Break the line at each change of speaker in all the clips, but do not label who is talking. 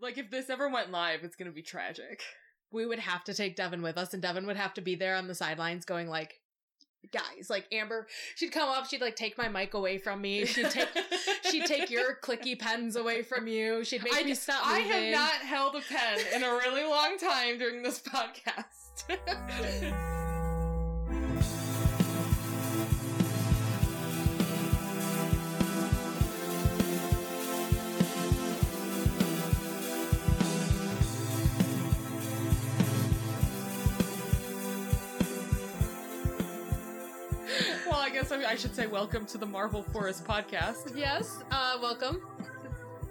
Like if this ever went live, it's gonna be tragic.
we would have to take Devin with us, and Devin would have to be there on the sidelines going like, guys, like Amber, she'd come up, she'd like take my mic away from me. She'd take she'd take your clicky pens away from you. She'd make
I
me stop
I
moving.
have not held a pen in a really long time during this podcast. well, I guess I, I should say welcome to the Marvel Forest podcast.
Yes, uh welcome.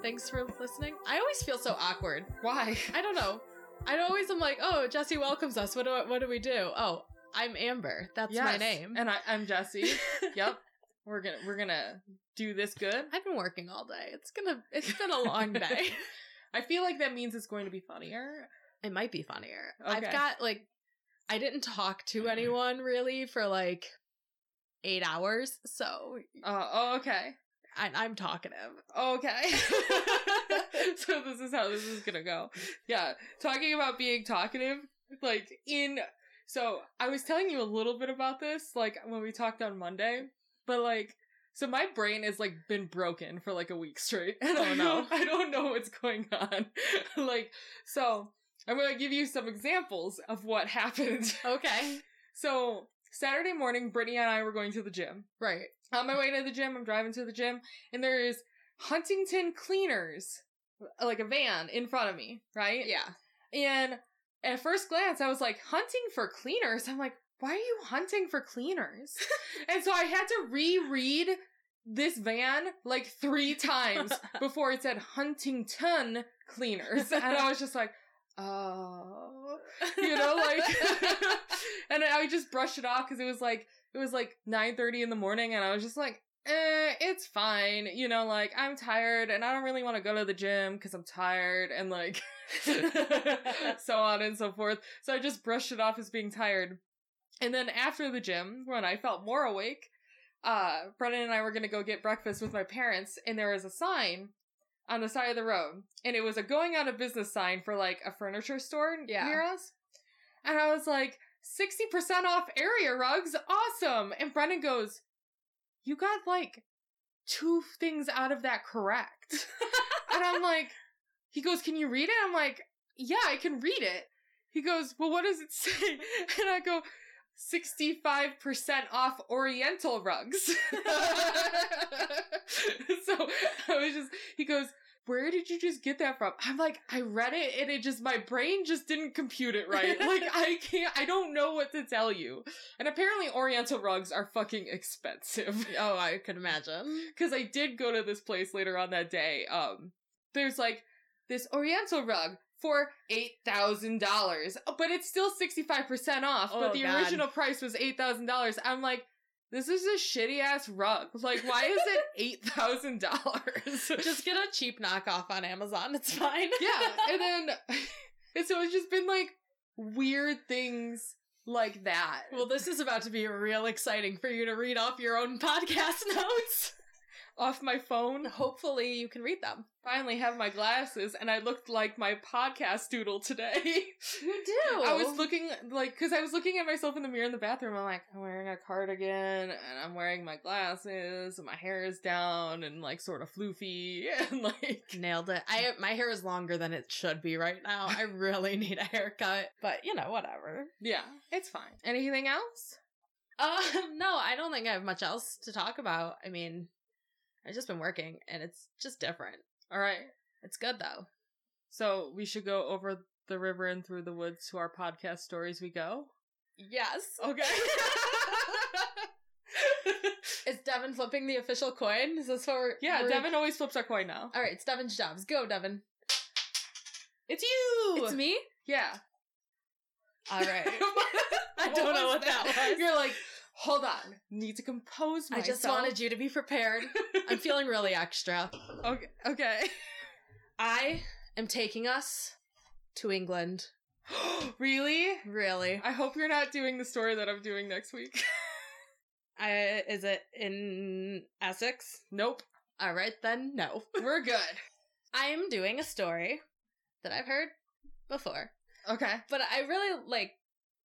Thanks for listening. I always feel so awkward.
Why?
I don't know. I always am like, oh, Jesse welcomes us. What do I, what do we do? Oh, I'm Amber. That's my
Yes,
name.
And I, I'm Jesse. yep. We're gonna we're gonna do this good.
I've been working all day. It's gonna it's been a long day.
I feel like that means it's going to be funnier.
it might be funnier.
Okay. Mm-hmm.
I've got like I didn't talk to anyone really for like eight hours, so
Uh, oh, okay.
I, I'm talkative.
Okay. so this is how this is gonna go. Yeah. Talking about being talkative, like in so I was telling you a little bit about this, like when we talked on Monday, but like so my brain has like been broken for like a week straight. And I
Oh, no.
don't, I don't know what's going on. like, so I'm gonna give you some examples of what happened.
Okay,
So Saturday morning, Brittany and I were going to the gym
right.
on my way to the gym, I'm driving to the gym, and there is Huntington Cleaners, like a van in front of me, right?
Yeah,
And at first glance, I was like, hunting for cleaners? I'm like, why are you hunting for cleaners? and so I had to reread this van like three times before it said Huntington Cleaners. And I was just like, oh, you know, like, and I just brushed it off because it was like, it was like 9.30 in the morning and I was just like, eh, it's fine. You know, like, I'm tired and I don't really want to go to the gym because I'm tired and like, so on and so forth. So I just brushed it off as being tired. And then after the gym, when I felt more awake, uh, Brennan and I were gonna go get breakfast with my parents, and there was a sign on the side of the road, and it was a going out of business sign for like a furniture store
Yeah.
near us. And I was like, 60% off area rugs, awesome! And Brennan goes, You got like two things out of that correct. and I'm like, he goes, Can you read it? I'm like, Yeah, I can read it. He goes, Well, what does it say? And I go, 65% off Oriental rugs. so I was just, he goes, where did you just get that from? I'm like, I read it and it just, my brain just didn't compute it right. like, I can't, I don't know what to tell you. And apparently, Oriental rugs are fucking expensive.
oh, I could imagine.
because I did go to this place later on that day. Um, there's like this Oriental rug for eight thousand dollars, but it's still sixty five percent off. but
Oh,
the
God.
original price was eight thousand dollars. I'm like, this is a shitty ass rug. Like, why is it eight thousand dollars?
Just get a cheap knockoff on Amazon. It's fine.
yeah, and then and so it's just been like weird things like that.
Well, this is about to be real exciting for you to read off your own podcast notes.
off my phone.
Hopefully, you can read them.
Finally, have my glasses, and I looked like my podcast doodle today.
You do.
I was looking like because I was looking at myself in the mirror in the bathroom. I'm like, I'm wearing a cardigan and I'm wearing my glasses. And my hair is down and like sort of floofy and like
Nailed it. I my hair is longer than it should be right now. I really need a haircut, but you know, whatever.
yeah, it's fine. Anything else?
Um, no, I don't think I have much else to talk about. I mean, I've just been working and it's just different.
All right,
It's good though.
so we should go over the river and through the woods to our podcast stories. We go.
Yes.
Okay.
Is Devin flipping the official coin? Is this what we're
yeah,
we're-
Devin always flips our coin now.
All right, it's Devin's jobs. Go, Devin.
It's you.
It's me.
Yeah.
All right. I
What
don't know
was
what that, was.
You're like, hold on, need to compose
I
myself.
just wanted you to be prepared. I'm feeling really extra.
Okay. Okay.
I am taking us to England.
really?
Really?
I hope you're not doing the story that I'm doing next week.
I, is it in Essex?
nope.
All right, then no.
We're good.
I am doing a story that I've heard before.
Okay.
But I really like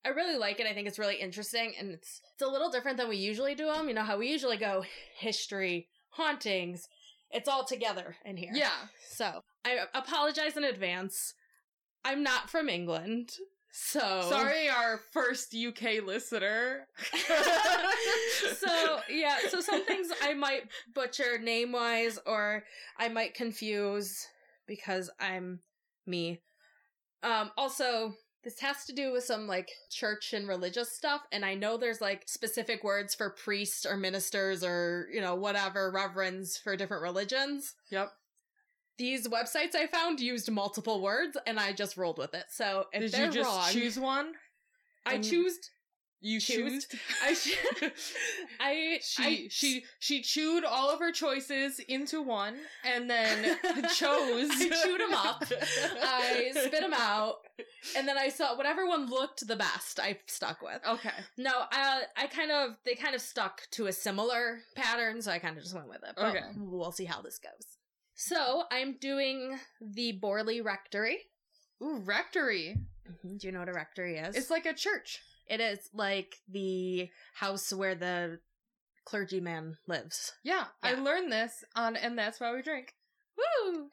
I really like it. I think it's really interesting and it's it's a little different than we usually do them. You know how we usually go history, hauntings. It's all together in here.
Yeah.
So, I apologize in advance. I'm not from England. So
Sorry, our first UK listener.
so yeah, so some things I might butcher name wise, or I might confuse because I'm me. Um, also, this has to do with some like church and religious stuff, and I know there's like specific words for priests or ministers or you know whatever reverends for different religions.
Yep.
These websites I found used multiple words, and I just rolled with it. So if
Did
they're
you just
wrong,
choose one?
I
and-
choose
You
Choose?
choose.
I sh- I
She
I-
she she chewed all of her choices into one and then chose.
I chewed 'em up. I spit them out, and then I saw whatever one looked the best. I stuck with.
Okay.
No, I I kind of they kind of stuck to a similar pattern, so I kind of just went with it.
Okay.
we'll see how this goes. So I'm doing the Borley Rectory.
Ooh, rectory.
Do you know what a rectory is?
Mm-hmm. It's like a church.
it is like the house where the clergyman lives.
Yeah, I
Yeah.
learned this on, and that's why we drink.
Woo!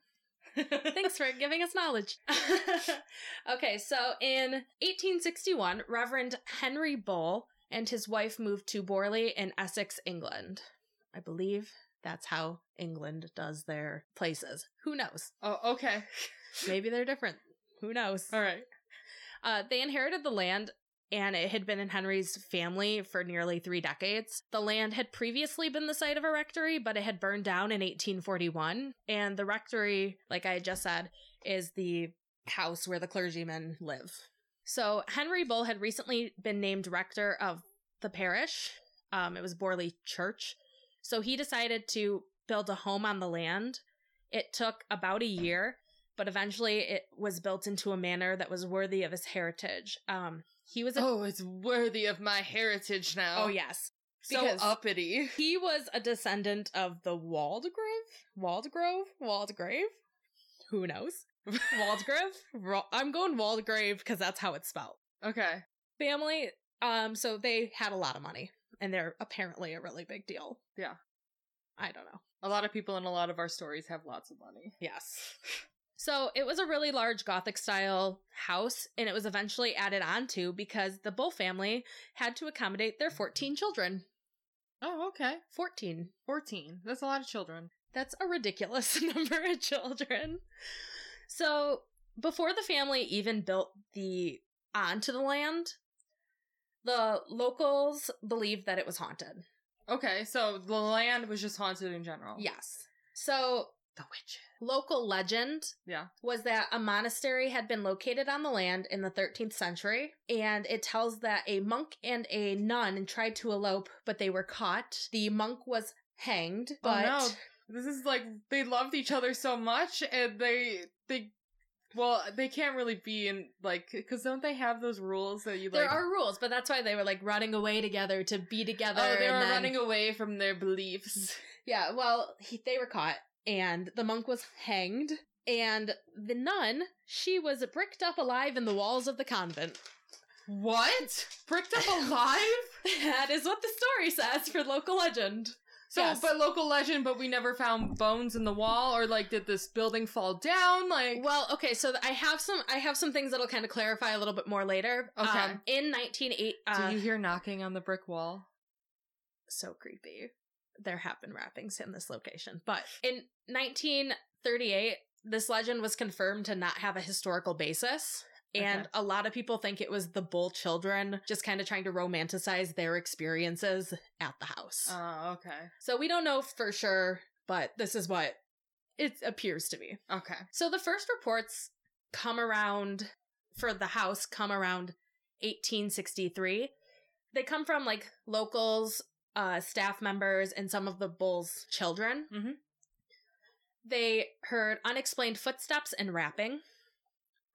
Thanks for giving us knowledge. okay, so in 1861, Reverend Henry Bull and his wife moved to Borley in Essex, England. I believe that's how England does their places. Who knows?
Oh, okay.
Maybe they're different. Who knows?
All right.
Uh, they inherited the land, and it had been in Henry's family for nearly three decades. The land had previously been the site of a rectory, but it had burned down in 1841. And the rectory, like I had just said, is the house where the clergymen live. So Henry Bull had recently been named rector of the parish. Um, it was Borley Church. So he decided to build a home on the land. It took about a year, but eventually it was built into a manner that was worthy of his heritage. Um, he was a
Oh, it's worthy of my heritage now.
oh yes,
so
because-
uppity.
he was a descendant of the Waldgrove, Waldgrove, Waldgrave. Who knows? Waldgrove. Ro- I'm going Waldgrave because that's how it's spelled.
Okay.
Family. Um, so they had a lot of money, and they're apparently a really big deal.
Yeah.
I don't know.
A lot of people in a lot of our stories have lots of money.
Yes. So it was a really large Gothic style house, and it was eventually added onto because the Bull family had to accommodate their 14 children.
Oh, okay.
14.
Fourteen. That's a lot of children.
That's a ridiculous number of children. So before the family even built the onto the land, the locals believed that it was haunted.
Okay, so the land was just haunted in general.
Yes. So
The witch.
local legend
Yeah.
was that a monastery had been located on the land in the 13th century and it tells that a monk and a nun tried to elope but they were caught the monk was hanged but
oh, no. this is like they loved each other so much, and they they. Well, they can't really be in like because don't they have those rules that you like?
there are rules but that's why they were like running away together to be together
oh, they
and
were
then-
running away from their beliefs.
yeah well he, they were caught and the monk was hanged and the nun she was bricked up alive in the walls of the convent
Mm. What? Pricked up alive?
that is what the story says for local legend
So,
Yes.
but local legend, but we never found bones in the wall, or like, did this building fall down? Like,
Well, okay, so th- I have some I have some things that'll kind of clarify a little bit more later.
Okay.
Um, in 1908 uh,
do you hear knocking on the brick wall?
so creepy. There have been wrappings in this location. But in 1938, this legend was confirmed to not have a historical basis. And
Okay.
a lot of people think it was the bull children just kind of trying to romanticize their experiences at the house.
Oh, okay,
so we don't know for sure, but this is what it appears to be.
okay,
So the first reports come around for the house come around 1863. They come from like locals, uh, staff members, and some of the bull's children.
Mhm.
They heard unexplained footsteps and rapping.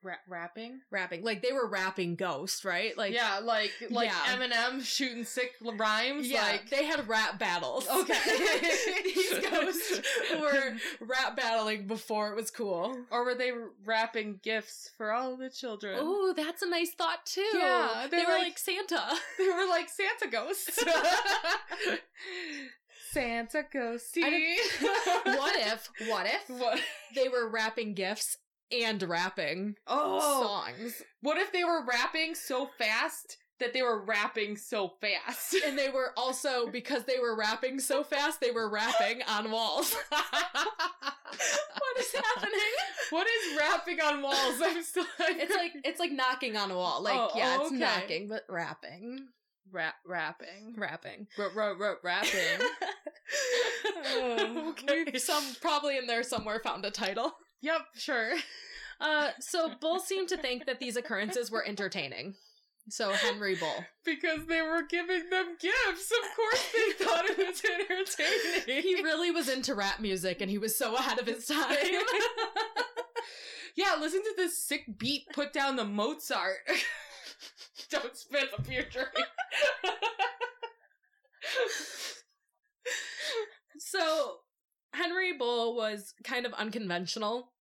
Ra- rapping?
rapping. Like they were rapping Ghost, right? Like
yeah, like like
Yeah.
Eminem shooting sick l- rhymes.
yeah,
like
they had rap battles.
Okay.
These ghosts were rap battling before it was cool.
or were they rapping gifts for all the children?
Oh, that's a nice thought too.
Yeah,
they
they're
were like,
like-
Santa.
They were like Santa ghosts. Santa ghosty.
what if? What if
What?
they were rapping gifts and rapping
Oh,
songs,
what if they were rapping so fast that they were rapping so fast?
and they were also because they were rapping so fast, they were rapping on walls. what is happening?
what is rapping on walls? I'm still.
It's like it's like knocking on a wall. Like
Oh,
yeah,
oh,
it's
okay.
knocking, but rapping,
rap rapping,
rapping,
r- r- r- rapping. Oh,
okay, some probably in there somewhere found a title.
yep, sure.
Uh, so Bull seemed to think that these occurrences were entertaining. So Henry Bull.
Because they were giving them gifts. Of course, they thought it was entertaining.
He really was into rap music and he was so ahead of his time.
yeah, listen to this sick beat put down the Mozart. Don't spit up your drink.
so Henry Bull was kind of unconventional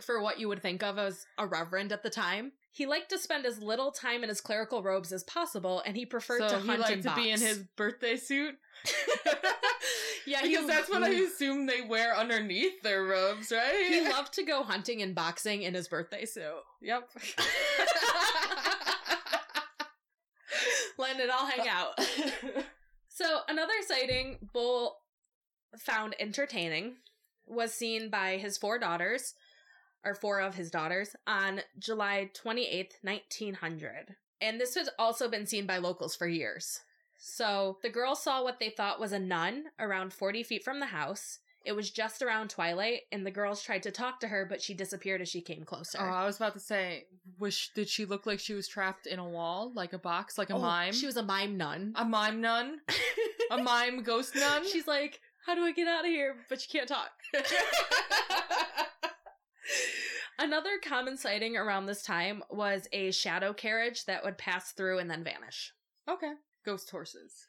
for what you would think of as a reverend at the time. He liked to spend as little time in his clerical robes as possible, and he
so
preferred to
he
hunt
liked
and
to be in
box.
his birthday suit.
yeah, he-
because that's what I assume they wear underneath their robes, right?
He loved to go hunting and boxing in his birthday suit.
yep.
Let it all
Uh,
hang out. so another sighting Bull found entertaining was seen by his four daughters, or four of his daughters, on July 28th, 1900. And this has also been seen by locals for years. So the girls saw what they thought was a nun around 40 feet from the house. It was just around twilight, and the girls tried to talk to her, but she disappeared as she came closer.
Oh, I was about to say, was sh- did she look like she was trapped in a wall, like a box, like a
Oh,
mime?
She was a mime nun.
a mime nun, a mime ghost nun.
She's like, how do I get out of here? But you can't talk. Another common sighting around this time was a shadow carriage that would pass through and then vanish.
okay, ghost horses.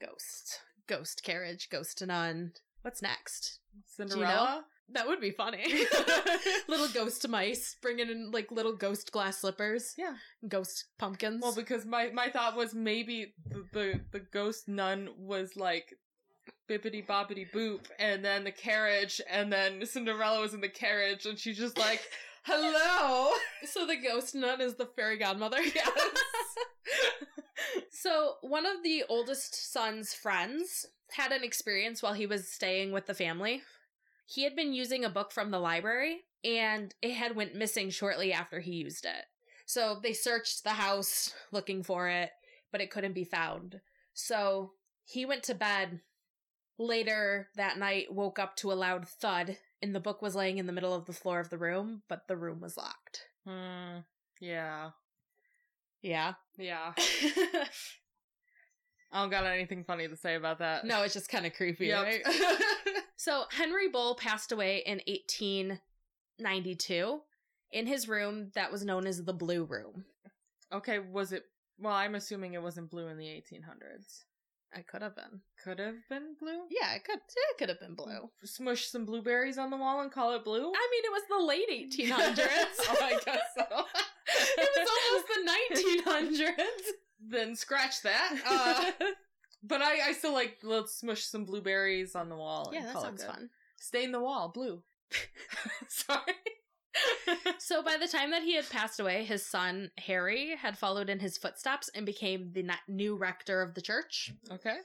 Ghost. Ghost carriage, ghost to nun. What's next?
Cinderella.
That would be funny. little ghost mice bringing in like little ghost glass slippers.
Yeah.
Ghost pumpkins.
Well, because my my thought was maybe the the, the ghost nun was like bippity boppity boop, and then the carriage, and then Cinderella was in the carriage, and she's just like, "Hello."
so the ghost nun is the fairy godmother. So, one of the oldest son's friends had an experience while he was staying with the family. He had been using a book from the library and it had went missing shortly after he used it. So, they searched the house looking for it, but it couldn't be found. So, he went to bed later that night, woke up to a loud thud, and the book was laying in the middle of the floor of the room, but the room was locked.
Hmm. yeah.
Yeah.
Yeah. I don't got anything funny to say about that.
no, it's just kind of creepy,
Yep.
right? So Henry Bull passed away in 1892 in his room that was known as the Blue Room.
okay, was it? Well, I'm assuming it wasn't blue in the 1800s.
I could have been.
Could have been blue.
Yeah, it could. It could have been blue.
Smush some blueberries on the wall and call it blue.
I mean, it was the late 1800s.
oh, I guess so.
it was almost the 1900s.
then scratch that. Uh, but I, I still like let's smush some blueberries on the wall.
yeah,
and
that
call it
sounds
good.
fun.
Stain the wall blue. Sorry.
So by the time that he had passed away, his son Harry had followed in his footsteps and became the na- new rector of the church.
Okay.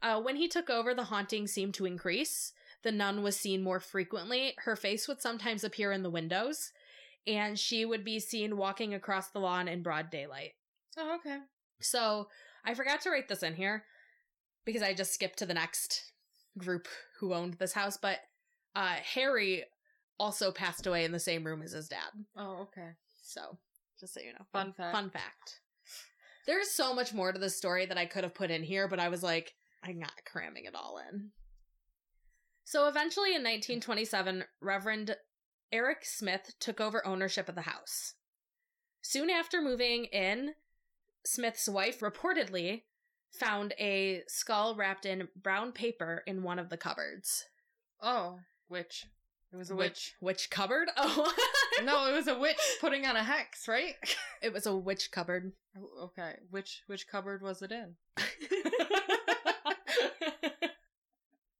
Uh, when he took over, the haunting seemed to increase. The nun was seen more frequently. Her face would sometimes appear in the windows, and she would be seen walking across the lawn in broad daylight.
Oh, okay.
So I forgot to write this in here because I just skipped to the next group who owned this house, but uh, Harry also passed away in the same room as his dad.
Oh, okay.
So just so you know,
Fun fact.
Fun fact. There's so much more to the story that I could have put in here, but I was like, I'm not cramming it all in. So eventually in 1927, Reverend Eric Smith took over ownership of the house. Soon after moving in, Smith's wife reportedly found a skull wrapped in brown paper in one of the cupboards.
Oh, witch. It was a witch.
Which cupboard? Oh,
no, it was a witch putting on a hex, right?
it was a witch cupboard.
Oh, Okay, which which cupboard was it in?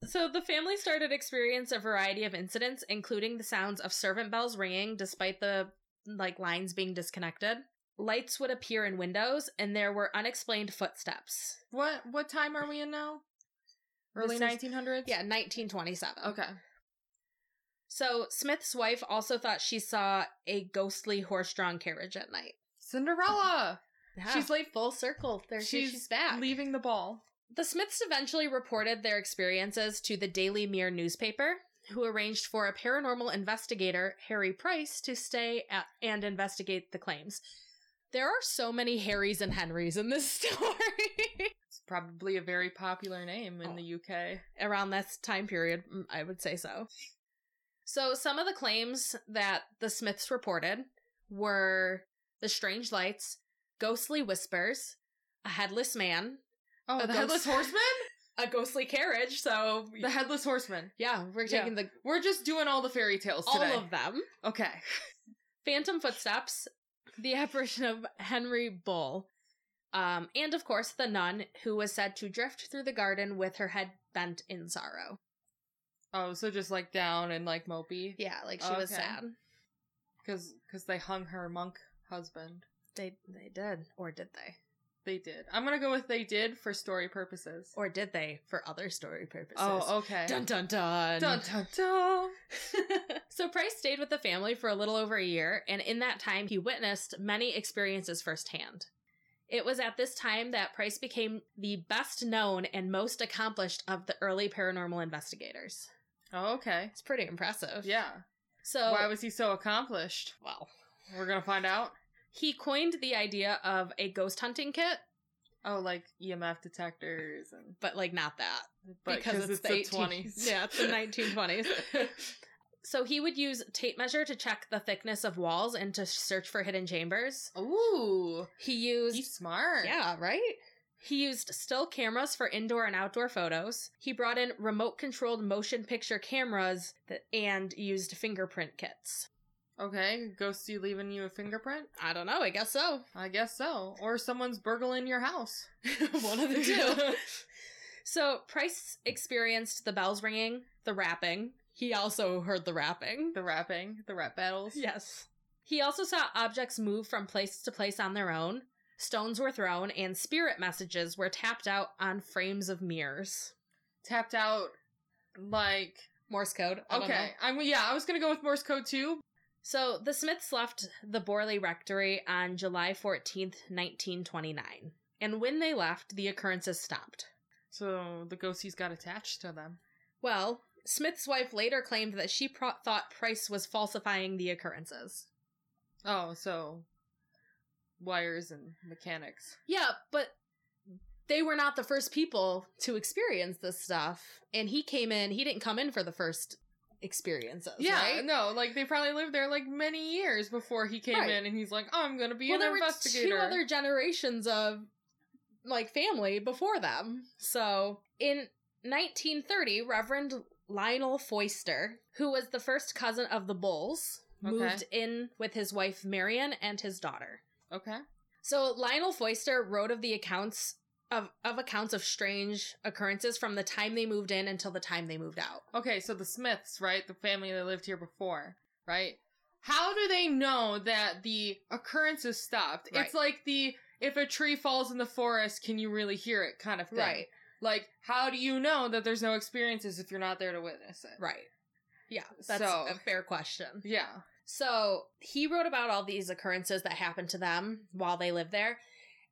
so the family started to experience a variety of incidents, including the sounds of servant bells ringing despite the like lines being disconnected. Lights would appear in windows, and there were unexplained footsteps.
What what time are we in now? Early
is-
nineteen hundreds.
Yeah, 1927.
Okay.
So Smith's wife also thought she saw a ghostly horse-drawn carriage at night.
Cinderella
She's like full circle. There she-
She's
back.
leaving the ball.
The Smiths eventually reported their experiences to the Daily Mirror newspaper, who arranged for a paranormal investigator, Harry Price, to stay at and investigate the claims. There are so many Harrys and Henrys in this story
It's probably a very popular name in
Oh.
the UK.
around this time period, mm, I would say so. So, some of the claims that the Smiths reported were the strange lights, ghostly whispers, a headless man,
Oh,
A
the
ghost-
headless horseman.
a ghostly carriage. So,
The headless horseman.
yeah, we're taking the
We're just doing all the fairy tales
all
today.
of them.
okay.
Phantom Footsteps, the apparition of Henry Bull, um, and of course the nun who was said to drift through the garden with her head bent in sorrow.
Oh, so just like down and like mopey
Yeah, like she was
Okay.
sad.
because because they hung her monk husband.
They they did, or did they,
They did. I'm gonna go with they did for story purposes.
or did they for other story purposes?
oh, okay.
dun dun dun.
dun dun dun.
so Price stayed with the family for a little over a year, and in that time, he witnessed many experiences firsthand. It was at this time that Price became the best known and most accomplished of the early paranormal investigators.
Oh, okay.
It's pretty impressive.
Yeah.
So,
Why was he so accomplished?
well,
We're gonna find out.
he coined the idea of a ghost hunting kit,
Oh, like EMF detectors and
but like not that
but
because it's, the
20s.
18 Yeah, it's the 1920s. so he would use tape measure to check the thickness of walls and to search for hidden chambers.
Ooh,
He used
he's smart.
Yeah, right? He used still cameras for indoor and outdoor photos. He brought in remote controlled motion picture cameras that, and used fingerprint kits.
Okay, ghosty leaving you a fingerprint?
I don't know, I guess so.
I guess so. Or someone's burgling your house.
One of the two. So Price experienced the bells ringing, the rapping. He also heard the rapping.
the rapping, the rap battles.
Yes. He also saw objects move from place to place on their own. Stones were thrown, and spirit messages were tapped out on frames of mirrors.
Tapped out like
Morse code. I don't know.
okay. I'm yeah, I was gonna go with Morse code too.
So the Smiths left the Borley Rectory on July 14th, 1929. And when they left, the occurrences stopped.
So the ghosties got attached to them.
Well, Smith's wife later claimed that she pro- thought Price was falsifying the occurrences.
Oh, so wires and mechanics.
Yeah, but they were not the first people to experience this stuff. And he came in, he didn't come in for the first experiences.
Yeah,
right?
no, like they probably lived there like many years before he came
Right.
in, and he's like, oh, "I'm gonna be
well,
an
there were
investigator."
two other generations of like family before them. So in 1930, Reverend Lionel Foister, who was the first cousin of the Bulls,
Okay.
moved in with his wife Marion and his daughter.
okay,
So Lionel Foister wrote of the accounts of, of accounts of strange occurrences from the time they moved in until the time they moved out.
okay. So the Smiths, right, the family that lived here before, right? How do they know that the occurrences stopped?
Right.
It's like the if a tree falls in the forest, can you really hear it kind of thing. Like, how do you know that there's no experiences if you're not there to witness it?
Right. Yeah, that's
So-
a fair question.
Yeah.
So he wrote about all these occurrences that happened to them while they lived there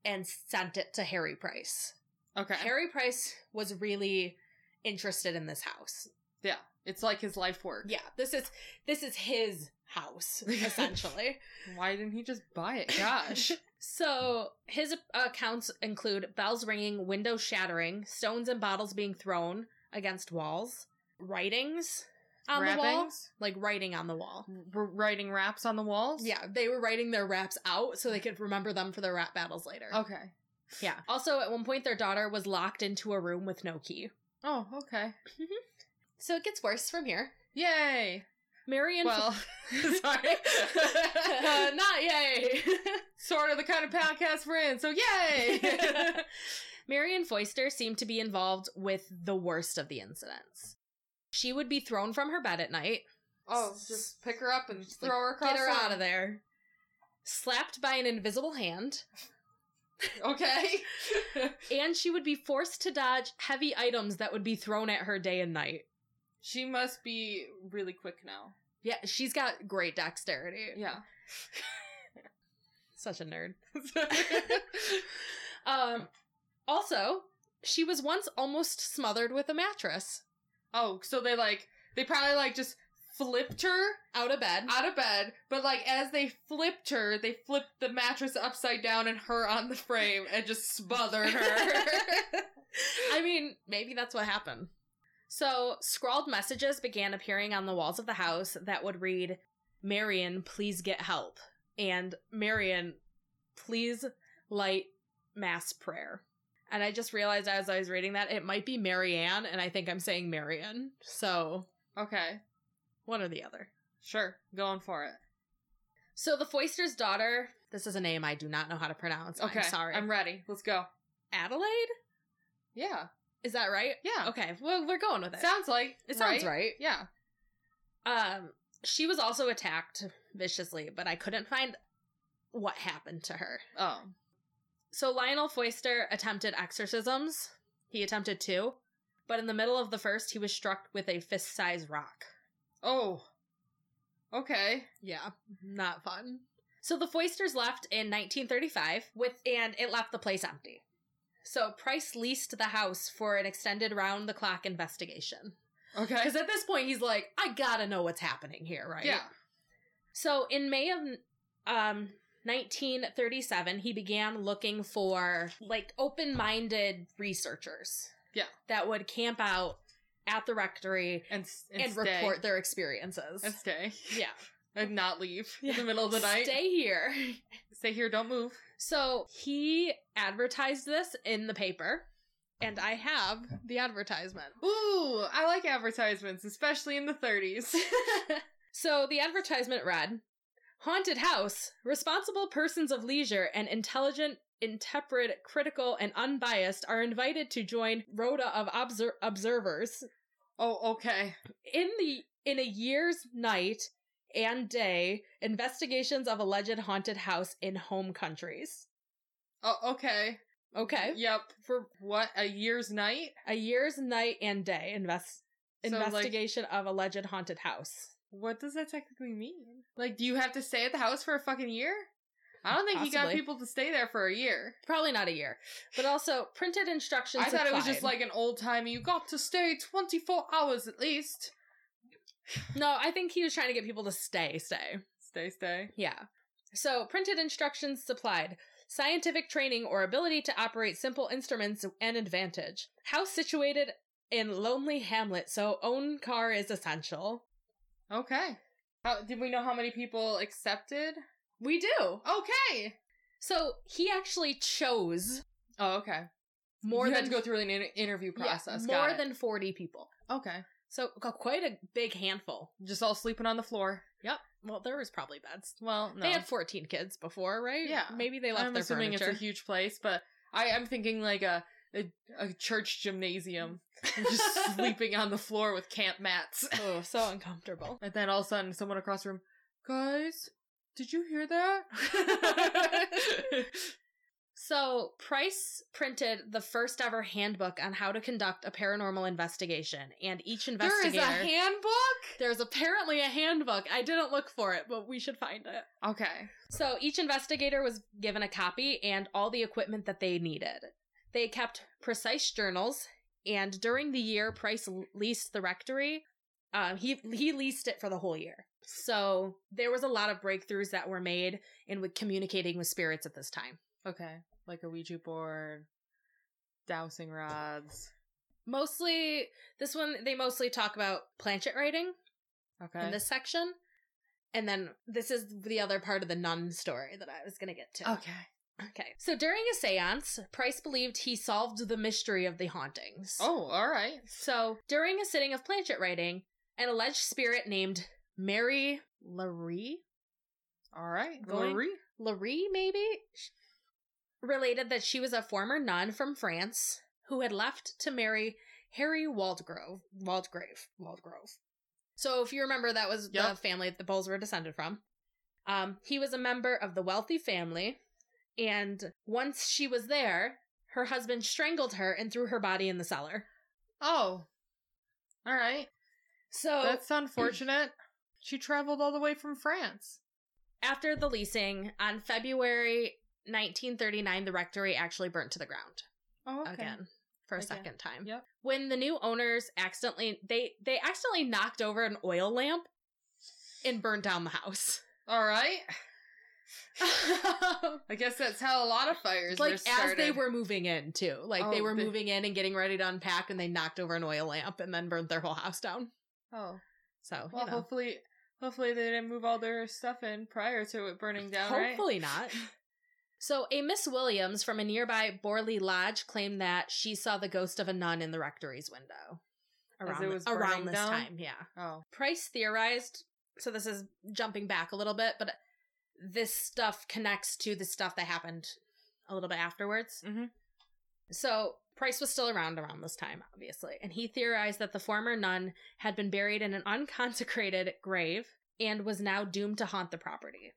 and sent it to Harry Price.
Okay.
Harry Price was really interested in this house.
yeah. It's like his life work.
Yeah, this is this is his house essentially.
Why didn't he just buy it? Gosh.
so his accounts include bells ringing, windows shattering, stones and bottles being thrown against walls, writings, on the wall,
Wrappings?
like writing on the wall.
R- writing raps on the walls.
Yeah, they were writing their raps out so they could remember them for their rap battles later.
Okay.
Yeah. Also, at one point, their daughter was locked into a room with no key.
Oh, okay.
So it gets worse from here.
Yay.
Marion.
Well, sorry.
Uh, not yay.
sort of the kind of podcast we're in. So yay.
Marion Foister seemed to be involved with the worst of the incidents. She would be thrown from her bed at night,
oh, just pick her up and throw her across.
get her
town.
out of there, slapped by an invisible hand,
Okay.
and she would be forced to dodge heavy items that would be thrown at her day and night.
she must be really quick now.
Yeah, she's got great dexterity.
Yeah.
Such a nerd. um, also, she was once almost smothered with a mattress
Oh, so they like they probably like just flipped her
out of bed.
out of bed, but like as they flipped her, they flipped the mattress upside down and her on the frame and just smothered her.
I mean, maybe that's what happened. So, scrawled messages began appearing on the walls of the house that would read, Marion, please get help. And Marion, please light mass prayer. And I just realized as I was reading that it might be Marianne, and I think I'm saying Marion. So,
okay,
one or the other.
sure, going for it.
So, the Foister's daughter, this is a name I do not know how to pronounce.
Okay,
I'm sorry.
I'm ready. Let's go.
Adelaide?
Yeah,
Is that right?
yeah.
Okay, well, we're going with it.
Sounds like
it sounds right.
Yeah.
Um, she was also attacked viciously, but I couldn't find what happened to her.
Oh,
So Lionel Foister attempted exorcisms. He attempted two, but in the middle of the first, he was struck with a fist-sized rock.
oh, okay.
Yeah, not fun. So the Foisters left in 1935 with and it left the place empty. So Price leased the house for an extended round the clock investigation.
Okay.
Cuz at this point he's like, I got to know what's happening here, right?
Yeah.
So in May of um 1937, he began looking for like open-minded researchers.
Yeah.
That would camp out at the rectory
And s-
and,
stay.
report their experiences.
and stay
yeah.
and not leave in
Yeah.
the middle of the night.
Stay here.
Stay here. Don't move.
So he advertised this in the paper, and I have the advertisement.
Ooh, I like advertisements, especially in the 30s.
so the advertisement read Haunted house, responsible persons of leisure and intelligent, intemperate, critical, and unbiased are invited to join Rhoda of obser- Observers
oh, okay.
in the in a year's night and day investigations of alleged haunted house in home countries.
Oh, okay.
Okay.
Yep. For what? A year's night?
A year's night and day invest
So, like-
investigation of alleged haunted house.
What does that technically mean? Like, do you have to stay at the house for a fucking year? I don't think he got
Possibly.
people to stay there for a year.
Probably not a year, but also printed instructions.
I thought it was just
supplied.
like an old timey, you got to stay 24 hours at least.
no. I think he was trying to get people to stay, stay.
Stay, stay.
Yeah. So printed instructions supplied. Scientific training or ability to operate simple instruments an advantage. House situated in lonely hamlet, so own car is essential.
Okay. How, did we know how many people accepted?
We do.
Okay.
So he actually chose
Oh, okay.
more
you
than
had to go through an inter- interview
yeah,
process.
more
Got it.
than forty people.
okay.
So qu- quite a big handful.
Just all sleeping on the floor.
Yep. Well, there was probably beds.
Well, no.
They had 14 kids before, right?
Yeah.
Maybe they left
I'm
their
assuming
furniture.
it's a huge place, but I, I'm thinking like a a, a church gymnasium, just sleeping on the floor with camp mats.
oh, so uncomfortable.
And then all of a sudden, someone across the room, guys, did you hear that?
So, Price printed the first ever handbook on how to conduct a paranormal investigation, and each
there is
investigator
a handbook.
There's apparently a handbook. I didn't look for it, but we should find it.
Okay.
So, each investigator was given a copy and all the equipment that they needed. They kept precise journals, and during the year, Price l- leased the rectory. Um, he he leased it for the whole year. So there was a lot of breakthroughs that were made in with communicating with spirits at this time.
Okay. Like a Ouija board, dowsing rods.
Mostly, this one they mostly talk about planchet writing,
Okay.
in this section. And then this is the other part of the nun story that I was going to get to.
okay.
Okay. So during a seance, Price believed he solved the mystery of the hauntings.
Oh, all right.
So during a sitting of planchet writing, an alleged spirit named Mary Larie,
All right.
Going-
Glory.
Larie maybe, Sh- related that she was a former nun from France who had left to marry Harry Waldgrove. Waldgrave. Waldgrove. So if you remember, that was
Yep.
the family that the Bulls were descended from. Um, he was a member of the wealthy family, and once she was there, her husband strangled her and threw her body in the cellar.
Oh. All right.
So
That's unfortunate. she traveled all the way from France.
After the leasing, on February 1939, the rectory actually burnt to the ground
Oh,
again for a
Again.
second time.
Yep.
When the new owners accidentally they they accidentally knocked over an oil lamp and burned down the house.
All right. I guess that's how a lot of fires
like
were
as they
started.
were moving in too. Like
Oh,
they were
they-
moving in and getting ready to unpack and they knocked over an oil lamp and then burned their whole house down.
Oh.
So,
Well,
you know.
hopefully, hopefully they didn't move all their stuff in prior to it burning down. right?
Hopefully not. So, a Miss Williams from a nearby Borley Lodge claimed that she saw the ghost of a nun in the rectory's window
As
around,
it
thi-
was burning
around this
down?
time. Yeah.
Oh.
Price theorized, so this is jumping back a little bit, but this stuff connects to the stuff that happened a little bit afterwards.
Mhm.
So, Price was still around around this time, obviously, and he theorized that the former nun had been buried in an unconsecrated grave and was now doomed to haunt the property.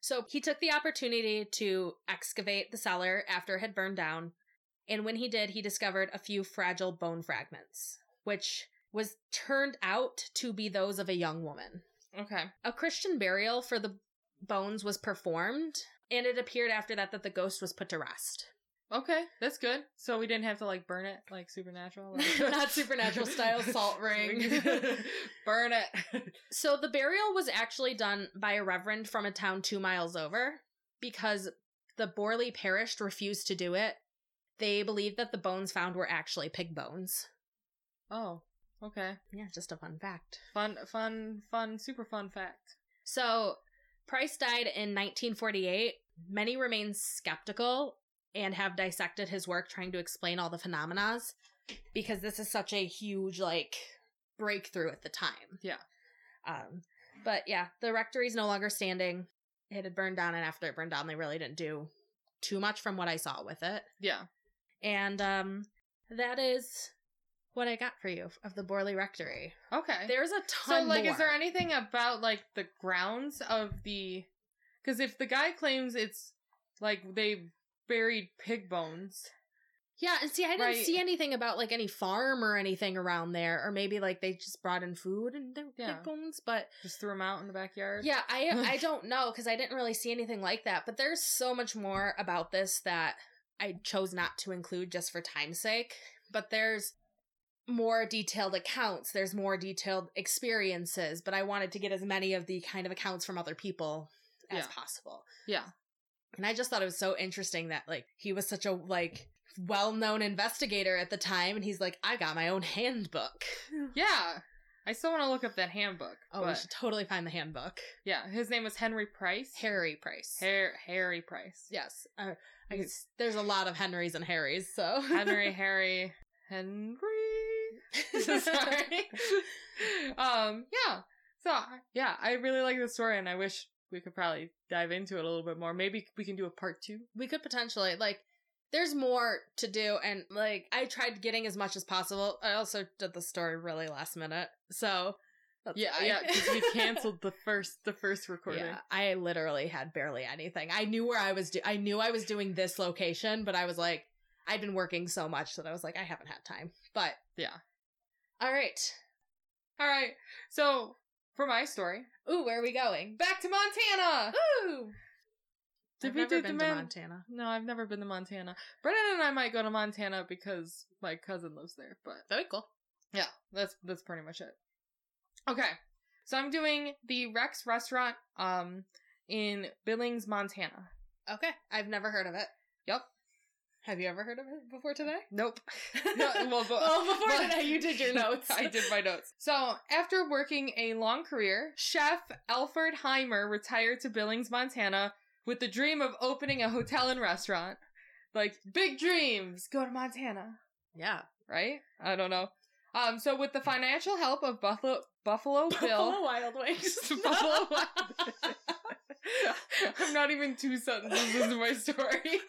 So he took the opportunity to excavate the cellar after it had burned down, and when he did, he discovered a few fragile bone fragments, which was turned out to be those of a young woman.
Okay.
A Christian burial for the bones was performed, and it appeared after that that the ghost was put to rest.
Okay. That's good. So we didn't have to like burn it like supernatural. like-
Not supernatural style, salt ring.
burn it.
So the burial was actually done by a reverend from a town two miles over because the Borley parish refused to do it. They believed that the bones found were actually pig bones.
Oh. Okay.
Yeah, just a fun fact.
Fun, fun, fun, super fun fact.
So Price died in 1948. Many remain skeptical and have dissected his work trying to explain all the phenomena because this is such a huge like breakthrough at the time.
Yeah.
Um but yeah, the rectory's no longer standing. It had burned down and after it burned down they really didn't do too much from what I saw with it.
Yeah.
And um that is what I got for you of the Borley Rectory.
Okay.
There's a
so
ton
like is there
more.
anything about like the grounds of the cuz if the guy claims it's like they buried pig bones.
Yeah, and see, I didn't
Right.
see anything about like any farm or anything around there, or maybe like they just brought in food and their
Yeah.
pig bones. But
Just threw them out in the backyard.
yeah, I I don't know because I didn't really see anything like that. But there's so much more about this that I chose not to include just for time's sake. But there's more detailed accounts. There's more detailed experiences. But I wanted to get as many of the kind of accounts from other people as
Yeah.
possible.
Yeah.
And I just thought it was so interesting that like he was such a like well-known investigator at the time and he's like I got my own handbook.
Yeah. I still want to look up that handbook.
Oh, we
but-
should totally find the handbook.
yeah, his name was Henry Price.
Harry Price.
Har- Harry Price.
yes. Uh, I guess there's a lot of Henrys and Harrys, so
Henry Harry Henry. Sorry. um, yeah. So yeah, I really like the story, and I wish we could probably dive into it a little bit more. Maybe we can do a part two.
we could potentially like there's more to do and like I tried getting as much as possible. I also did the story really last minute. So that's
Yeah,
why.
yeah, 'cause we canceled the first the first recording.
Yeah, I literally had barely anything. I knew where I was. Do- I knew I was doing this location, but I was like, I'd been working so much that I was like, I haven't had time. But
Yeah.
all right.
All right. So for my story,
Ooh, where are we going?
back to Montana.
Ooh,
Did
I've
we
never
do the
been to
man-
Montana?
No, I've never been to Montana. Brennan and I might go to Montana because my cousin lives there, but
That'd be cool.
Yeah, that's that's pretty much it. Okay. So I'm doing the Rex restaurant um in Billings, Montana.
Okay, I've never heard of it.
Yep.
Have you ever heard of her before today?
Nope. No, well, but-
well, before
but-
today, you did your notes.
I did my notes. So, after working a long career, Chef Alfred Heimer retired to Billings, Montana, with the dream of opening a hotel and restaurant. Like, big dreams! Go to Montana.
Yeah.
right? I don't know. Um, so with the financial help of Buffalo Buffalo Bill,
Buffalo Wild Wings.
Buffalo Wild- I'm not even two sentences into my story.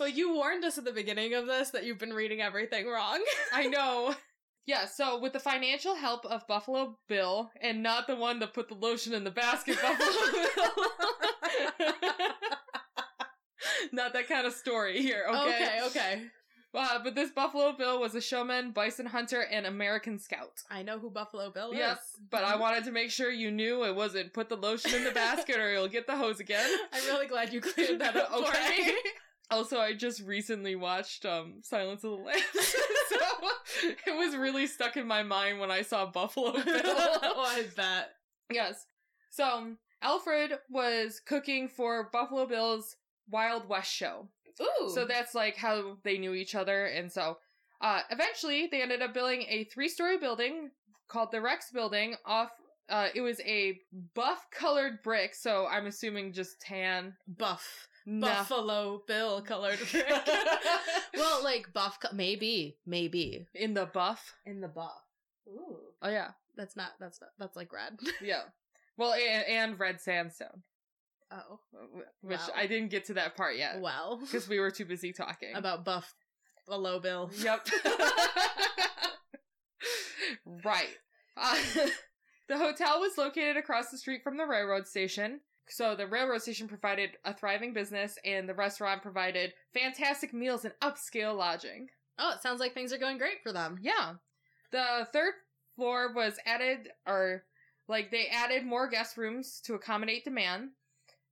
well, you warned us at the beginning of this that you've been reading everything wrong.
I know. Yeah, so with the financial help of Buffalo Bill, and not the one that put the lotion in the basket, Buffalo Bill. not that kind of story here, okay?
okay, okay.
Uh, but this Buffalo Bill was a showman, bison hunter, and American scout.
I know who Buffalo Bill is.
Oh, Yes, Mm-hmm. but I
Mhm.
wanted to make sure you knew it wasn't put the lotion in the basket or you'll get the hose again.
I'm really glad you cleared that up for
Okay.
me.
Also, I just recently watched um Silence of the Lambs, so it was really stuck in my mind when I saw Buffalo Bill.
oh, I bet.
yes. So um, Alfred was cooking for Buffalo Bill's Wild West show.
Ooh.
So that's like how they knew each other. And so uh, eventually they ended up building a three story building called the Rex Building off. Uh, it was a buff colored brick, so I'm assuming just tan.
buff.
No.
Buffalo Bill colored brick. well, like buff, co- maybe, maybe
In the buff.
in the buff. Ooh,
Oh, yeah.
that's not that's not that's like red.
Yeah. Well, and, and red sandstone,
Oh,
which
Wow.
I didn't get to that part yet
Oh, well,
because we were too busy talking.
about buff, below Bill.
Yep. right. Uh, the hotel was located across the street from the railroad station. So the railroad station provided a thriving business and the restaurant provided fantastic meals and upscale lodging.
Oh, it sounds like things are going great for them.
Yeah. The third floor was added or like they added more guest rooms to accommodate demand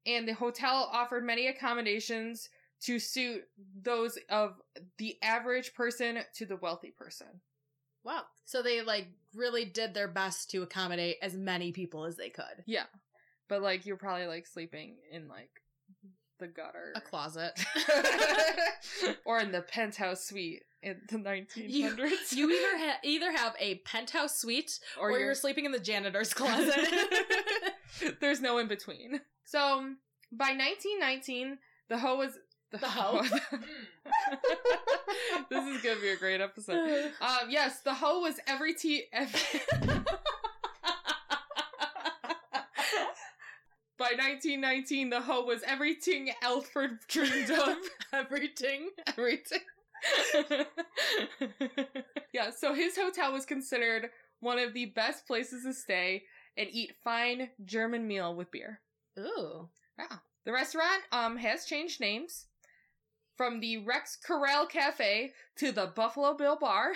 and the hotel offered many accommodations to suit those of the average person to the wealthy person.
Wow. So they like really did their best to accommodate as many people as they could.
But like you're probably like sleeping in like the gutter.
A closet.
or in the penthouse suite in the 1900s.
you either ha- either have a penthouse suite or,
your
you're sleeping in the janitor's closet.
There's no in between. So um, by 1919, the hoe was oh,
The hoe?
this is gonna be a great episode. Um, yes, the hoe was every tea. Every- By 1919, the hoe was everything Alfred dreamed of.
Everything.
everything. yeah, so his hotel was considered one of the best places to stay and eat fine German meal with beer.
Ooh.
The restaurant um has changed names from the Rex Corral Cafe to the Buffalo Bill Bar.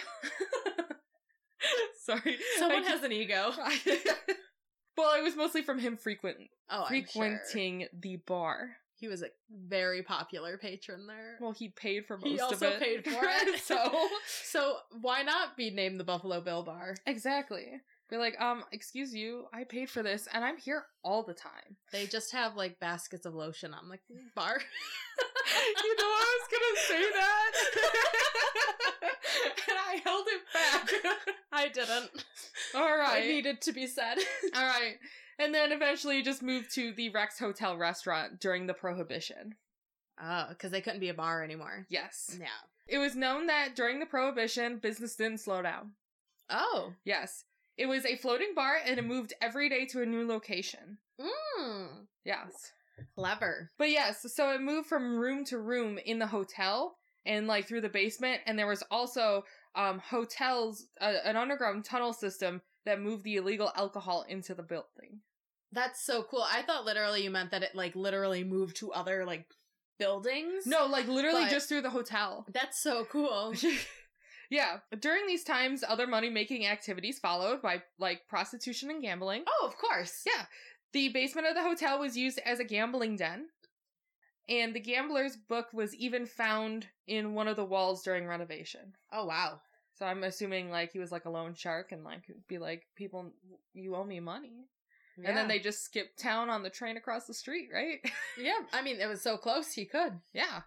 Sorry.
Someone
I
has an ego.
just- well, it was mostly from him frequent
Oh, I'm sure.
frequenting the bar.
He was a very popular patron there.
Well, he paid for most
He
of
also
it.
paid for it.
so
So why not be named the Buffalo Bill Bar?
exactly. Be like, um, excuse you, I paid for this, and I'm here all the time.
They just have like baskets of lotion on like the bar.
you know I was gonna say that, and I held it back.
I didn't.
All right,
I needed to be said.
all right. And then eventually just moved to the Rex Hotel restaurant during the Prohibition.
Oh, because they couldn't be a bar anymore.
Yes.
Yeah.
It was known that during the Prohibition, business didn't slow down.
Oh.
Yes. It was a floating bar and it moved every day to a new location.
Mm.
Yes.
Clever.
But yes, so it moved from room to room in the hotel and like through the basement. And there was also um, hotels, uh, an underground tunnel system that moved the illegal alcohol into the building.
That's so cool. I thought literally you meant that it like literally moved to other like buildings.
No, like literally
But-
just through the hotel.
That's so cool.
Yeah. During these times, other money making activities followed by like prostitution and gambling.
oh, of course.
Yeah. The basement of the hotel was used as a gambling den. And the gambler's book was even found in one of the walls during renovation.
Oh wow.
So I'm assuming like he was like a loan shark and like be like, people, you owe me money. And then
Yeah.
they just skipped town on the train across the street, right?
Yeah. I mean it was so close he could.
yeah.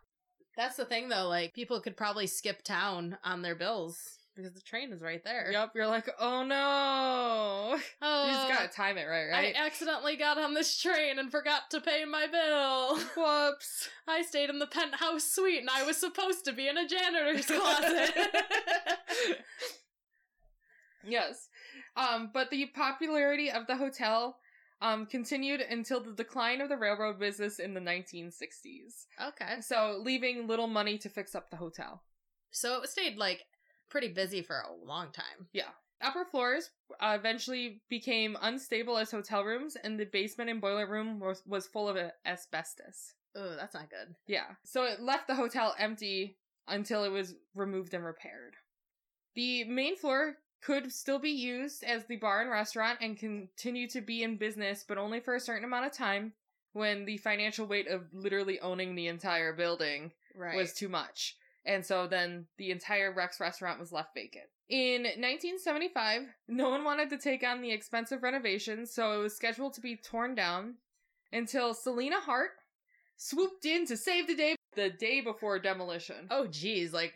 That's the thing though, like people could probably skip town on their bills because the train is right there.
Yep, you're like, oh no.
Oh,
you just gotta time it right, right?
I accidentally got on this train and forgot to pay my bill.
Whoops.
I stayed in the penthouse suite and I was supposed to be in a janitor's closet.
yes. Um, but the popularity of the hotel um, continued until the decline of the railroad business in the 1960s.
okay.
So, leaving little money to fix up the hotel.
So it stayed like pretty busy for a long time.
Upper floors uh, eventually became unstable as hotel rooms, and the basement and boiler room was, was full of uh, asbestos.
Oh, that's not good.
Yeah. So it left the hotel empty until it was removed and repaired. The main floor could still be used as the bar and restaurant and continue to be in business, but only for a certain amount of time when the financial weight of literally owning the entire building
Right.
was too much. And so then the entire Rex restaurant was left vacant. In 1975, no one wanted to take on the expensive renovations, so it was scheduled to be torn down until Selena Hart swooped in to save the day the day before demolition.
oh geez, like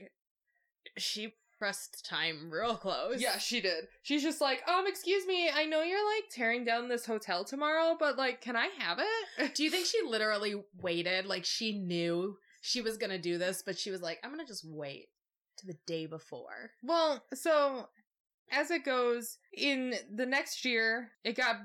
she pressed time real close.
Yeah, she did. She's just like, um, excuse me, I know you're like tearing down this hotel tomorrow, but like, can I have it?
Do you think she literally waited? Like she knew she was gonna do this, but she was like, I'm gonna just wait to the day before.
Well, so as it goes, in the next year, it got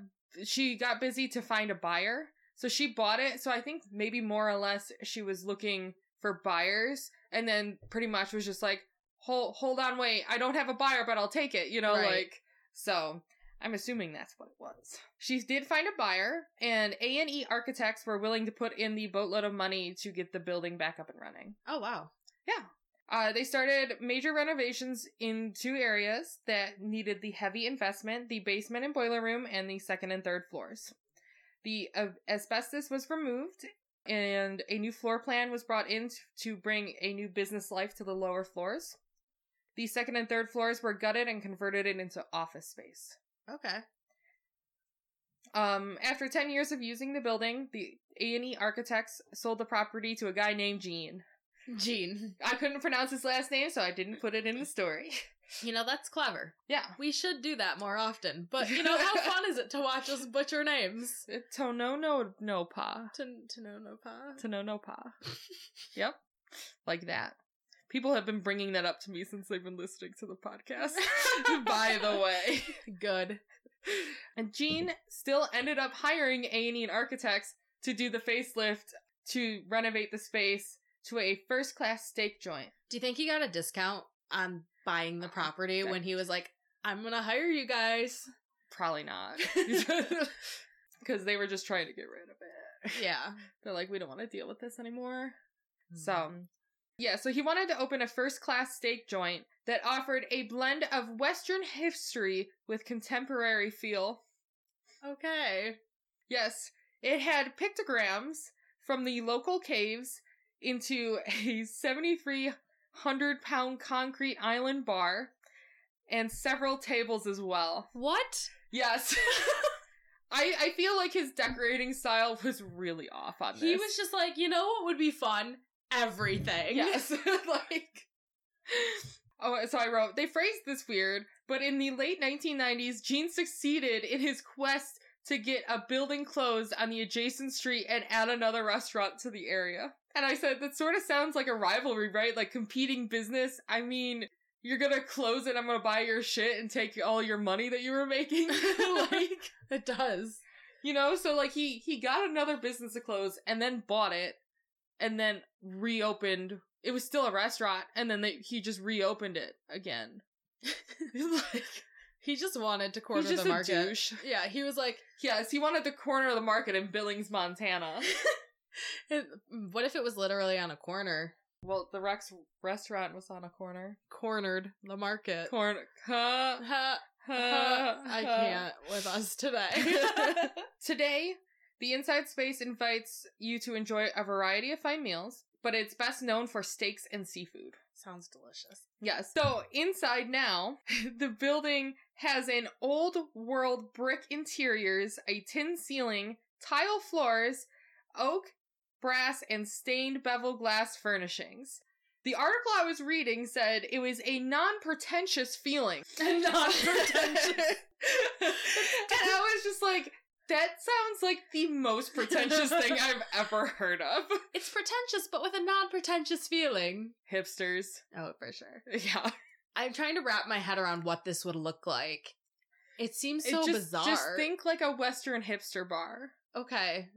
she got busy to find a buyer. So she bought it. So I think maybe more or less she was looking for buyers and then pretty much was just like, "Hold hold on, wait. I don't have a buyer, but I'll take it." You know,
Right.
like so I'm assuming that's what it was. She did find a buyer, and A&E Architects were willing to put in the boatload of money to get the building back up and running.
Oh wow.
Uh, they started major renovations in two areas that needed the heavy investment the basement and boiler room, and the second and third floors. The uh, asbestos was removed, and a new floor plan was brought in t- to bring a new business life to the lower floors. The second and third floors were gutted and converted it into office space.
Okay.
Um, after 10 years of using the building, the A&E architects sold the property to a guy named Gene.
Jean.
I couldn't pronounce his last name, so I didn't put it in the story.
You know, that's clever.
Yeah.
We should do that more often. But you know, how fun is it to watch us butcher names?
Tonono no pa.
Tun- Tunonopa.
Tonono pa. yep. Like that. People have been bringing that up to me since they've been listening to the podcast. By the way.
Good.
And Gene still ended up hiring A&E and Architects to do the facelift to renovate the space to a first-class steak joint.
Do you think he got a discount on buying the property when he was like, I'm gonna hire you guys?
Probably not. Because they were just trying to get rid of it.
Yeah.
They're like, we don't want to deal with this anymore. So,
Mm.
yeah, so he wanted to open a first class steak joint that offered a blend of Western history with contemporary feel.
Okay.
Yes, it had pictograms from the local caves into a 7,300 pound concrete island bar and several tables as well.
What?
Yes. I, I feel like his decorating style was really off on this.
He was just like, you know what would be fun? Everything.
Yes, like. Oh, so I wrote, they phrased this weird, but in the late 1990s, Gene succeeded in his quest to get a building closed on the adjacent street and add another restaurant to the area. And I said, that sort of sounds like a rivalry, right? Like competing business. I mean, you're gonna close it, I'm gonna buy your shit and take all your money that you were making. like,
It does.
you know, so like he he got another business to close and then bought it and then reopened. It was still a restaurant and then they, he just reopened it again. like,
He just wanted to corner
he's just
the
a
market.
douche.
Yeah, he was like,
Yes, he wanted the corner of the market in Billings, Montana.
what if it was literally on a corner?
well, the Rex restaurant was on a corner.
Cornered the market.
Corner. Huh,
Ha,
huh,
ha, I
huh.
can't with us today.
Today, the Inside Space invites you to enjoy a variety of fine meals, but it's best known for steaks and seafood.
Sounds delicious.
Yes. So inside now, the building has an old world brick interiors, a tin ceiling, tile floors, oak, brass, and stained bevel glass furnishings. The article I was reading said it was a non pretentious feeling.
And non-pretentious.
and I was just like, that sounds like the most pretentious thing I've ever heard of.
It's pretentious, but with a non pretentious feeling.
Hipsters.
Oh, for sure.
Yeah.
I'm trying to wrap my head around what this would look like. It seems so
It just,
bizarre.
Just think like a Western hipster bar.
okay.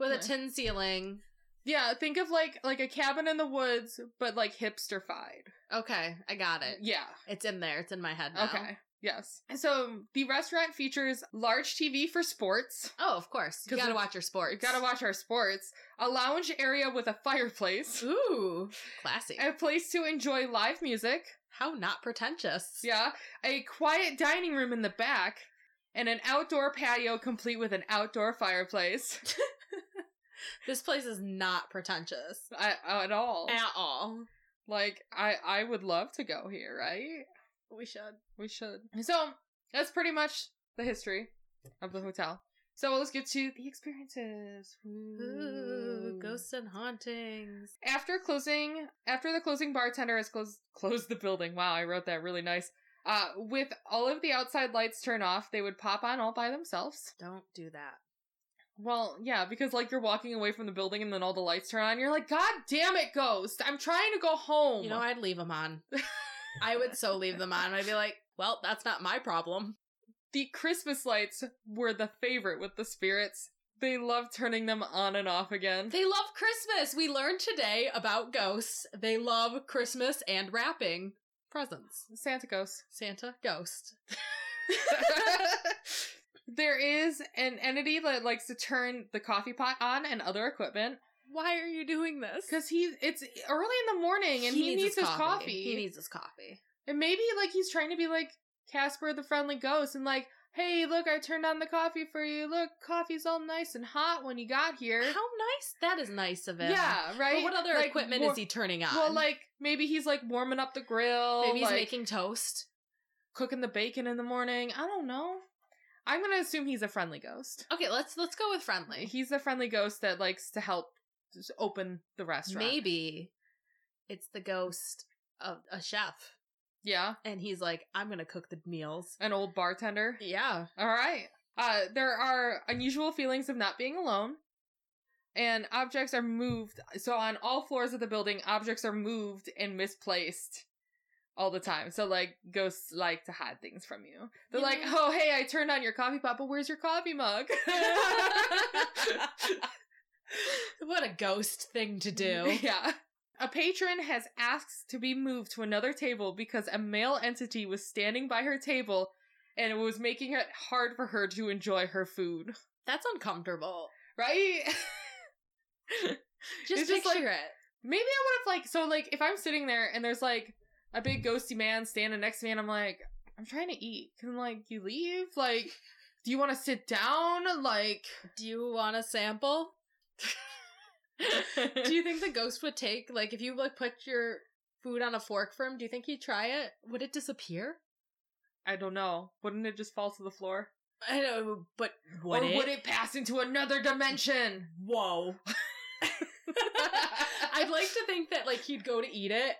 With a
Yeah.
tin ceiling.
Yeah, think of like like a cabin in the woods, but like hipsterfied.
Okay, I got it.
Yeah.
It's in there. It's in my head now.
Okay. Yes. So the restaurant features large TV for sports.
Oh, of course. You
'Cause
gotta
we-
watch your sports.
You gotta watch our sports. A lounge area with a fireplace.
Ooh, classy.
A place to enjoy live music.
How not pretentious.
Yeah. A quiet dining room in the back. And an outdoor patio complete with an outdoor fireplace.
This place is not pretentious
I, at all.
at all.
Like, I, I would love to go here, right?
We should.
We should. So that's pretty much the history of the hotel. So let's get to the experiences.
Ooh, ghosts and hauntings.
After closing, after the closing bartender has closed closed the building. Wow, I wrote that really nice. Uh, with all of the outside lights turned off, they would pop on all by themselves.
Don't do that.
Well, yeah, because like you're walking away from the building and then all the lights turn on, you're like, God damn it, ghost! I'm trying to go home.
You know, I'd leave them on. I would so leave them on. I'd be like, well, that's not my problem.
the Christmas lights were the favorite with the spirits. They love turning them on and off again.
They love Christmas. We learned today about ghosts. They love Christmas and wrapping presents.
Santa Ghost.
Santa, ghost.
there is an entity that likes to turn the coffee pot on and other equipment
Why are you doing this?
because he it's early in the morning and he, needs, his, coffee.
He needs his coffee.
and maybe like he's trying to be like Casper the Friendly Ghost and like, hey, look, I turned on the coffee for you. Look, coffee's all nice and hot when you got here.
How nice. That is nice of him.
yeah, right.
But what other
Like,
equipment
wa-
is he turning on?
Well, like maybe he's like warming up the grill.
maybe he's
like,
making toast.
cooking the bacon in the morning. I don't know. I'm gonna assume he's a friendly ghost.
Okay, let's let's go with friendly.
He's the friendly ghost that likes to help s- open the restaurant.
Maybe it's the ghost of a chef,
Yeah.
and he's like, "I'm gonna cook the meals."
An old bartender.
Yeah,
All right. Uh, there are unusual feelings of not being alone, and objects are moved. So on all floors of the building, objects are moved and misplaced all the time. So like ghosts like to hide things from you. They're
You
like,
know-
"Oh, hey, I turned on your coffee pot, but where's your coffee mug?"
what a ghost thing to do.
Yeah. A patron has asked to be moved to another table because a male entity was standing by her table and it was making it hard for her to enjoy her food.
That's uncomfortable.
Right?
Just
It's
picture
just like-
it.
Maybe I would have like so like if I'm sitting there and there's like a big ghosty man standing next to me and I'm like, I'm trying to eat. Can like you leave? Like, do you wanna sit down? Like
Do you want a sample? do you think the ghost would take like if you like put your food on a fork for him? Do you think he'd try it? Would it disappear?
I don't know. Wouldn't it just fall to the floor?
I know, but
or would it pass into another dimension?
Whoa. I'd like to think that like he'd go to eat it,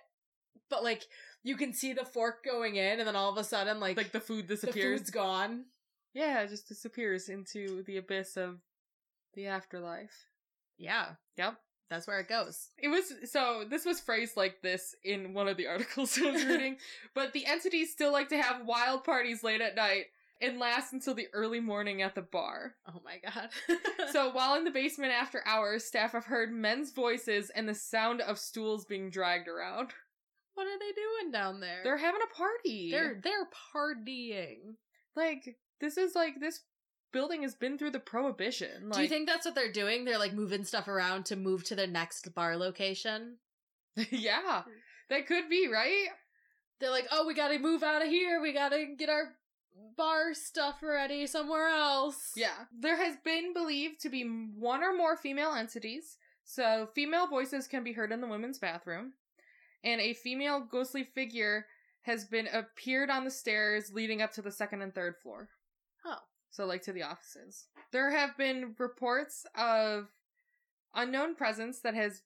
but like you can see the fork going in, and then all of a sudden like,
like the food
the
disappears.
food's gone.
yeah, it just disappears into the abyss of the afterlife.
Yeah,
Yep.
that's where it goes.
It was so this was phrased like this in one of the articles I was reading, but the entities still like to have wild parties late at night and last until the early morning at the bar.
Oh my god.
so while in the basement after hours, staff have heard men's voices and the sound of stools being dragged around.
what are they doing down there?
They're having a party.
they're they're partying.
like this is like this building has been through the prohibition. Like
Do you think that's what they're doing? They're like moving stuff around to move to their next bar location.
yeah, that could be right.
They're like, oh, we gotta move out of here. We gotta get our bar stuff ready somewhere else.
Yeah, there has been believed to be one or more female entities. So female voices can be heard in the women's bathroom, and a female ghostly figure has been appeared on the stairs leading up to the second and third floor.
Oh.
so like to the offices. There have been reports of unknown presence that has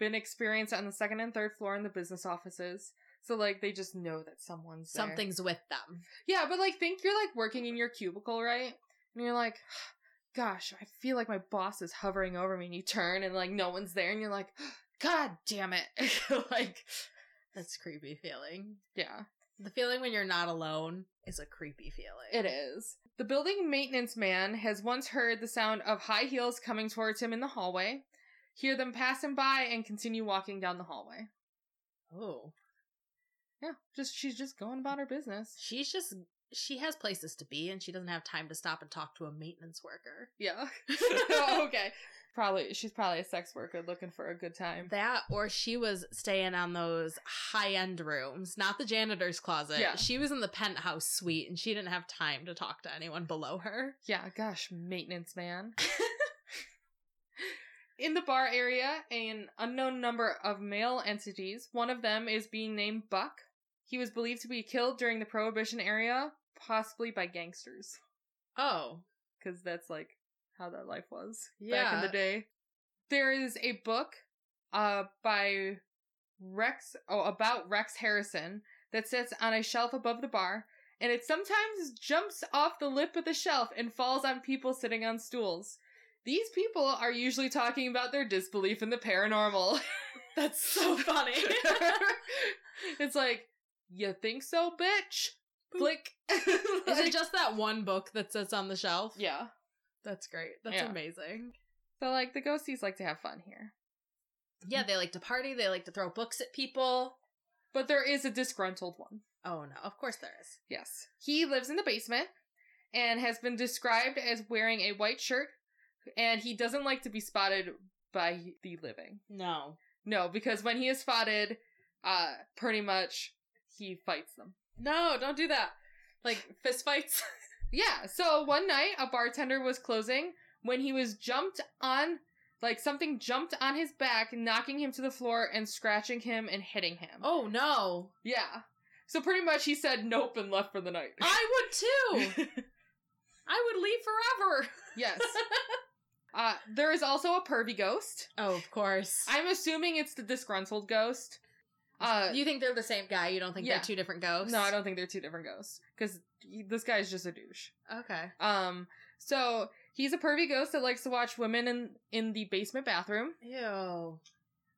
been experienced on the second and third floor in the business offices. So like they just know that someone's there.
Something's with them.
Yeah, but like think you're like working in your cubicle, right? And you're like, gosh, I feel like my boss is hovering over me and you turn and like no one's there and you're like, God damn it. like
That's a creepy feeling.
yeah.
The feeling when you're not alone is a creepy feeling.
It is. The building maintenance man has once heard the sound of high heels coming towards him in the hallway, hear them pass him by, and continue walking down the hallway.
Oh.
Yeah, just she's just going about her business.
She's just she has places to be and she doesn't have time to stop and talk to a maintenance worker.
Yeah. okay. Probably she's probably a sex worker looking for a good time.
That or she was staying on those high end rooms, not the janitor's closet.
Yeah.
She was in the penthouse suite and she didn't have time to talk to anyone below her.
Yeah, gosh, maintenance man. In the bar area, an unknown number of male entities. One of them is being named Buck. He was believed to be killed during the Prohibition era, possibly by gangsters,
Oh.
because that's like how that life was back in
Yeah.
the day. There is a book, uh, by Rex, oh, about Rex Harrison that sits on a shelf above the bar, and it sometimes jumps off the lip of the shelf and falls on people sitting on stools. These people are usually talking about their disbelief in the paranormal.
That's so funny.
it's like, you think so, bitch? Flick.
Is it just that one book that sits on the shelf?
yeah.
That's great. That's
Yeah.
amazing.
So, like, the ghosties like to have fun here.
Yeah, they like to party, they like to throw books at people.
But there is a disgruntled one.
Oh no, of course there is.
Yes. He lives in the basement and has been described as wearing a white shirt, and he doesn't like to be spotted by the living.
No.
No, because when he is spotted, uh, pretty much he fights them.
No, don't do that. Like fist fights.
Yeah, so one night a bartender was closing when he was jumped on, like something jumped on his back, knocking him to the floor and scratching him and hitting him.
Oh no.
Yeah. So pretty much he said nope and left for the night.
I would too. I would leave forever.
yes. Uh, there is also a pervy ghost.
Oh, of course.
I'm assuming it's the disgruntled ghost. Uh,
you think they're the same guy? You don't think
Yeah.
they're two different ghosts?
no, I don't think they're two different ghosts because this guy's just a douche.
Okay.
Um, so he's a pervy ghost that likes to watch women in in the basement bathroom.
Ew.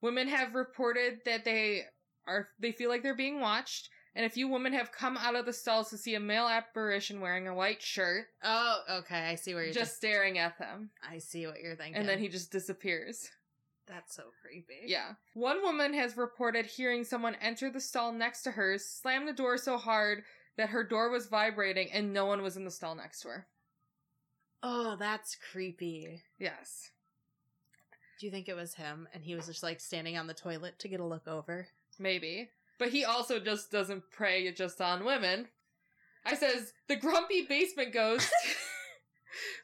Women have reported that they are they feel like they're being watched, and a few women have come out of the stalls to see a male apparition wearing a white shirt
Oh, okay. I see where you're
just,
just.
staring at them,
I see what you're thinking.
and then he just disappears.
That's so creepy.
Yeah. One woman has reported hearing someone enter the stall next to hers, slam the door so hard that her door was vibrating and no one was in the stall next to her.
Oh, that's creepy.
Yes.
Do you think it was him? And he was just like standing on the toilet to get a look over.
Maybe. But he also just doesn't prey just on women. I says, the grumpy basement ghost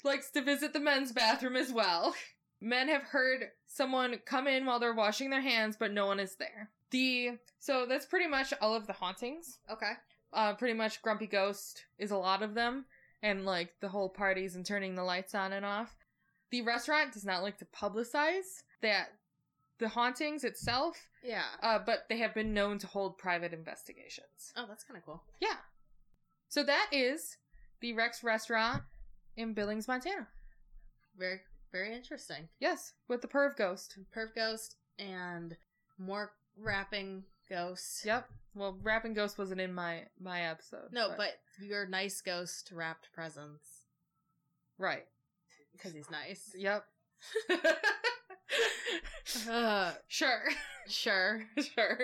likes to visit the men's bathroom as well. Men have heard someone come in while they're washing their hands, but no one is there. The so that's pretty much all of the hauntings.
Okay.
Uh pretty much grumpy ghost is a lot of them and like the whole parties and turning the lights on and off. The restaurant does not like to publicize that the hauntings itself
Yeah.
uh, but they have been known to hold private investigations.
Oh, that's kind of cool.
So that is the Rex Restaurant in Billings, Montana.
Very, very interesting.
Yes, with the perv ghost.
Perv ghost and more rapping ghosts.
Yep. Well, rapping ghost wasn't in my my episode.
No, but, your nice ghost wrapped presents
right.
because he's nice.
Yep.
Uh,
sure.
sure.
sure.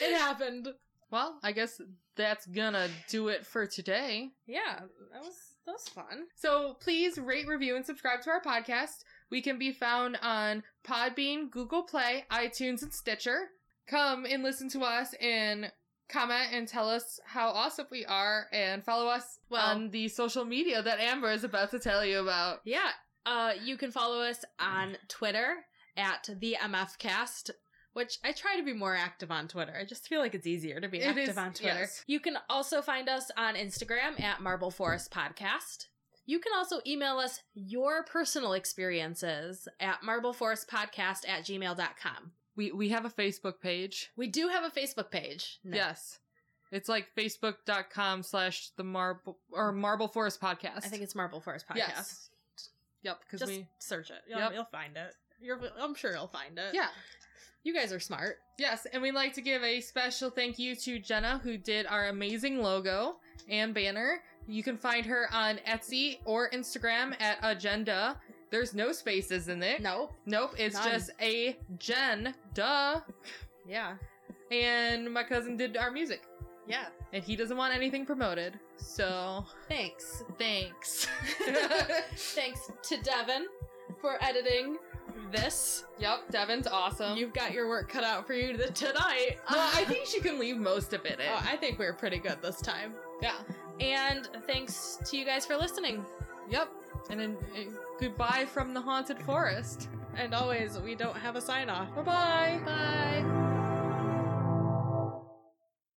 It happened.
Well, I guess that's gonna do it for today.
Yeah, that was that was fun.
So please rate, review, and subscribe to our podcast. We can be found on Podbean, Google Play, iTunes, and Stitcher. Come and listen to us and comment and tell us how awesome we are and follow us
Well-
on the social media that Amber is about to tell you about.
Yeah. Uh, you can follow us on Twitter at the MFcast, which I try to be more active on Twitter. I just feel like it's easier to be
It
active
is,
on Twitter.
yes.
You can also find us on Instagram at Marble Forest Podcast. You can also email us your personal experiences at marbleforcepodcast at gmail.com.
We we have a Facebook page.
We do have a Facebook page. No.
Yes. It's like facebook.com slash the marble or marble forest podcast.
I think it's Marble Forest Podcast.
Yes. Yep, because
Just
we
search it. You'll,
Yep.
you'll find it. You're, I'm sure you'll find it.
Yeah.
You guys are smart.
Yes, and we'd like to give a special thank you to Jenna who did our amazing logo and banner. You can find her on Etsy or Instagram at agenda. There's no spaces in it.
Nope.
Nope, it's
None.
just a Jen, duh.
Yeah.
And my cousin did our music,
Yeah.
and he doesn't want anything promoted. So
Thanks.
thanks.
Thanks to Devin for editing this.
yep, Devin's awesome.
You've got your work cut out for you th- tonight.
Well, Uh, I think she can leave most of it in.
oh, I think we were pretty good this time.
yeah.
And thanks to you guys for listening.
Yep. And then uh, goodbye from the haunted forest.
And always, we don't have a sign off.
Bye bye.
Bye.